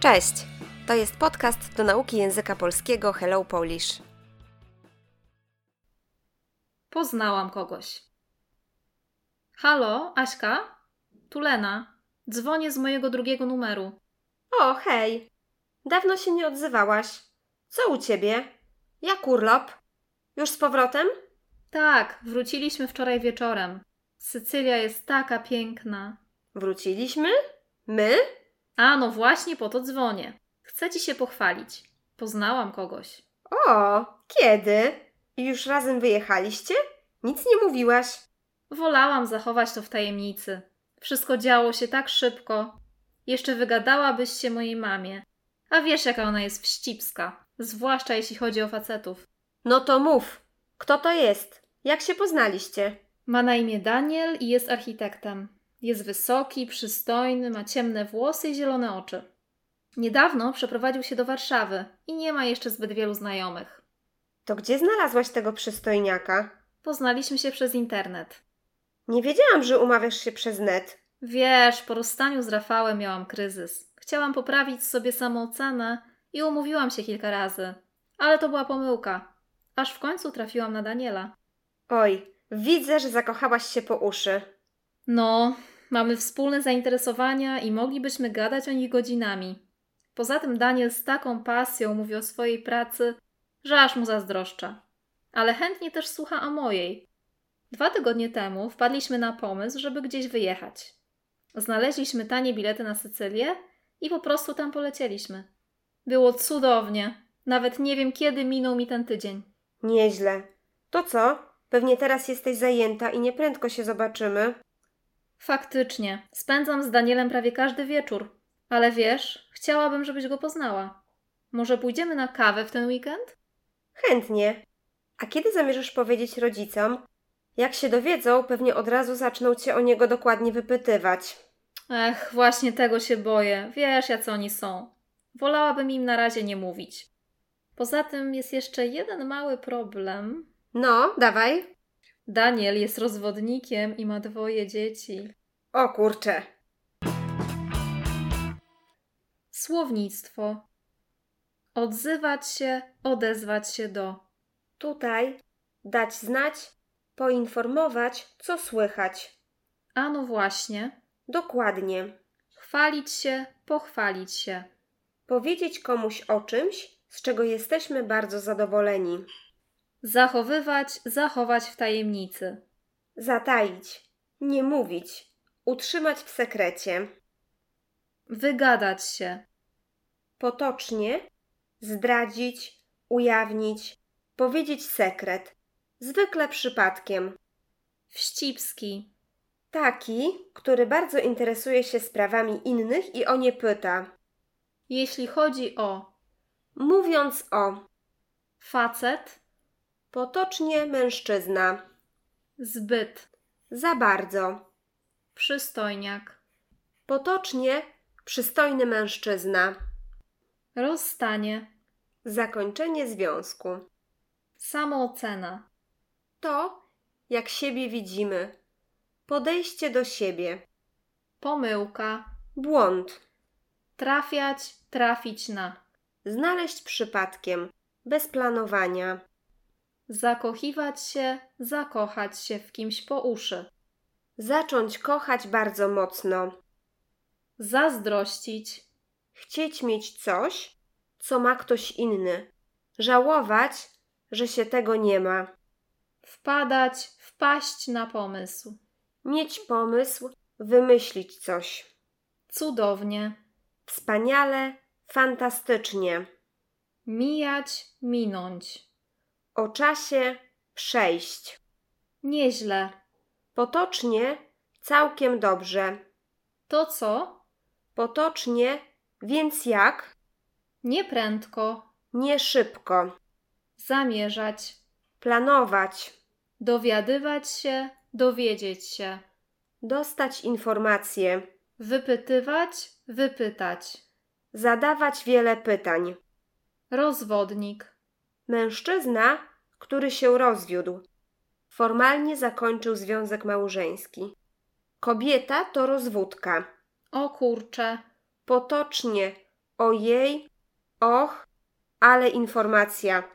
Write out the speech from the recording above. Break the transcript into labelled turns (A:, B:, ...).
A: Cześć! To jest podcast do nauki języka polskiego Hello Polish.
B: Poznałam kogoś. Halo, Aśka? Tu Lena. Dzwonię z mojego drugiego numeru.
A: O, hej! Dawno się nie odzywałaś. Co u ciebie? Jak urlop? Już z powrotem?
B: Tak, wróciliśmy wczoraj wieczorem. Sycylia jest taka piękna.
A: Wróciliśmy? My?
B: A no właśnie po to dzwonię. Chcę ci się pochwalić. Poznałam kogoś.
A: O, kiedy? I Już razem wyjechaliście? Nic nie mówiłaś.
B: Wolałam zachować to w tajemnicy. Wszystko działo się tak szybko. Jeszcze wygadałabyś się mojej mamie. A wiesz, jaka ona jest wścibska, zwłaszcza jeśli chodzi o facetów.
A: No to mów. Kto to jest? Jak się poznaliście?
B: Ma na imię Daniel i jest architektem. Jest wysoki, przystojny, ma ciemne włosy i zielone oczy. Niedawno przeprowadził się do Warszawy i nie ma jeszcze zbyt wielu znajomych.
A: To gdzie znalazłaś tego przystojniaka?
B: Poznaliśmy się przez internet.
A: Nie wiedziałam, że umawiasz się przez net.
B: Wiesz, po rozstaniu z Rafałem miałam kryzys. Chciałam poprawić sobie samoocenę i umówiłam się kilka razy, ale to była pomyłka. Aż w końcu trafiłam na Daniela.
A: Oj, widzę, że zakochałaś się po uszy.
B: No, mamy wspólne zainteresowania i moglibyśmy gadać o nich godzinami. Poza tym Daniel z taką pasją mówi o swojej pracy, że aż mu zazdroszczę. Ale chętnie też słucha o mojej. Dwa tygodnie temu wpadliśmy na pomysł, żeby gdzieś wyjechać. Znaleźliśmy tanie bilety na Sycylię i po prostu tam polecieliśmy. Było cudownie. Nawet nie wiem, kiedy minął mi ten tydzień.
A: Nieźle. To co? Pewnie teraz jesteś zajęta i nieprędko się zobaczymy.
B: Faktycznie, spędzam z Danielem prawie każdy wieczór, ale wiesz, chciałabym, żebyś go poznała. Może pójdziemy na kawę w ten weekend?
A: Chętnie. A kiedy zamierzasz powiedzieć rodzicom? Jak się dowiedzą, pewnie od razu zaczną cię o niego dokładnie wypytywać.
B: Ech, właśnie tego się boję. Wiesz, jacy oni są. Wolałabym im na razie nie mówić. Poza tym jest jeszcze jeden mały problem.
A: No, dawaj.
B: Daniel jest rozwodnikiem i ma dwoje dzieci.
A: O kurcze.
B: Słownictwo. Odzywać się, odezwać się do.
A: Tutaj dać znać, poinformować, co słychać.
B: A no właśnie.
A: Dokładnie.
B: Chwalić się, pochwalić się.
A: Powiedzieć komuś o czymś, z czego jesteśmy bardzo zadowoleni.
B: Zachowywać, zachować w tajemnicy.
A: Zataić. Nie mówić. Utrzymać w sekrecie.
B: Wygadać się.
A: Potocznie. Zdradzić. Ujawnić. Powiedzieć sekret. Zwykle przypadkiem.
B: Wścibski.
A: Taki, który bardzo interesuje się sprawami innych i o nie pyta.
B: Jeśli chodzi o
A: Mówiąc o.
B: facet,
A: Potocznie mężczyzna.
B: zbyt,
A: Za bardzo.
B: przystojniak,
A: Potocznie przystojny mężczyzna.
B: rozstanie,
A: Zakończenie związku.
B: samoocena,
A: To, jak siebie widzimy. Podejście do siebie.
B: pomyłka,
A: Błąd.
B: trafiać, trafić na,
A: Znaleźć przypadkiem. Bez planowania.
B: zakochiwać się, zakochać się w kimś po uszy,
A: Zacząć kochać bardzo mocno.
B: zazdrościć,
A: Chcieć mieć coś, co ma ktoś inny. Żałować, że się tego nie ma.
B: wpadać, wpaść na pomysł,
A: Mieć pomysł, wymyślić coś.
B: cudownie,
A: Wspaniale, fantastycznie.
B: mijać, minąć,
A: O czasie przejść.
B: nieźle.
A: Potocznie całkiem dobrze.
B: To co?
A: Potocznie, więc jak?
B: Nieprędko.
A: Nie szybko.
B: Zamierzać.
A: Planować.
B: Dowiadywać się. Dowiedzieć się.
A: Dostać informacje.
B: Wypytywać. Wypytać.
A: Zadawać wiele pytań.
B: Rozwodnik.
A: Mężczyzna, który się rozwiódł, formalnie zakończył związek małżeński. Kobieta to rozwódka.
B: O kurcze.
A: Potocznie Ojej, och, ale informacja.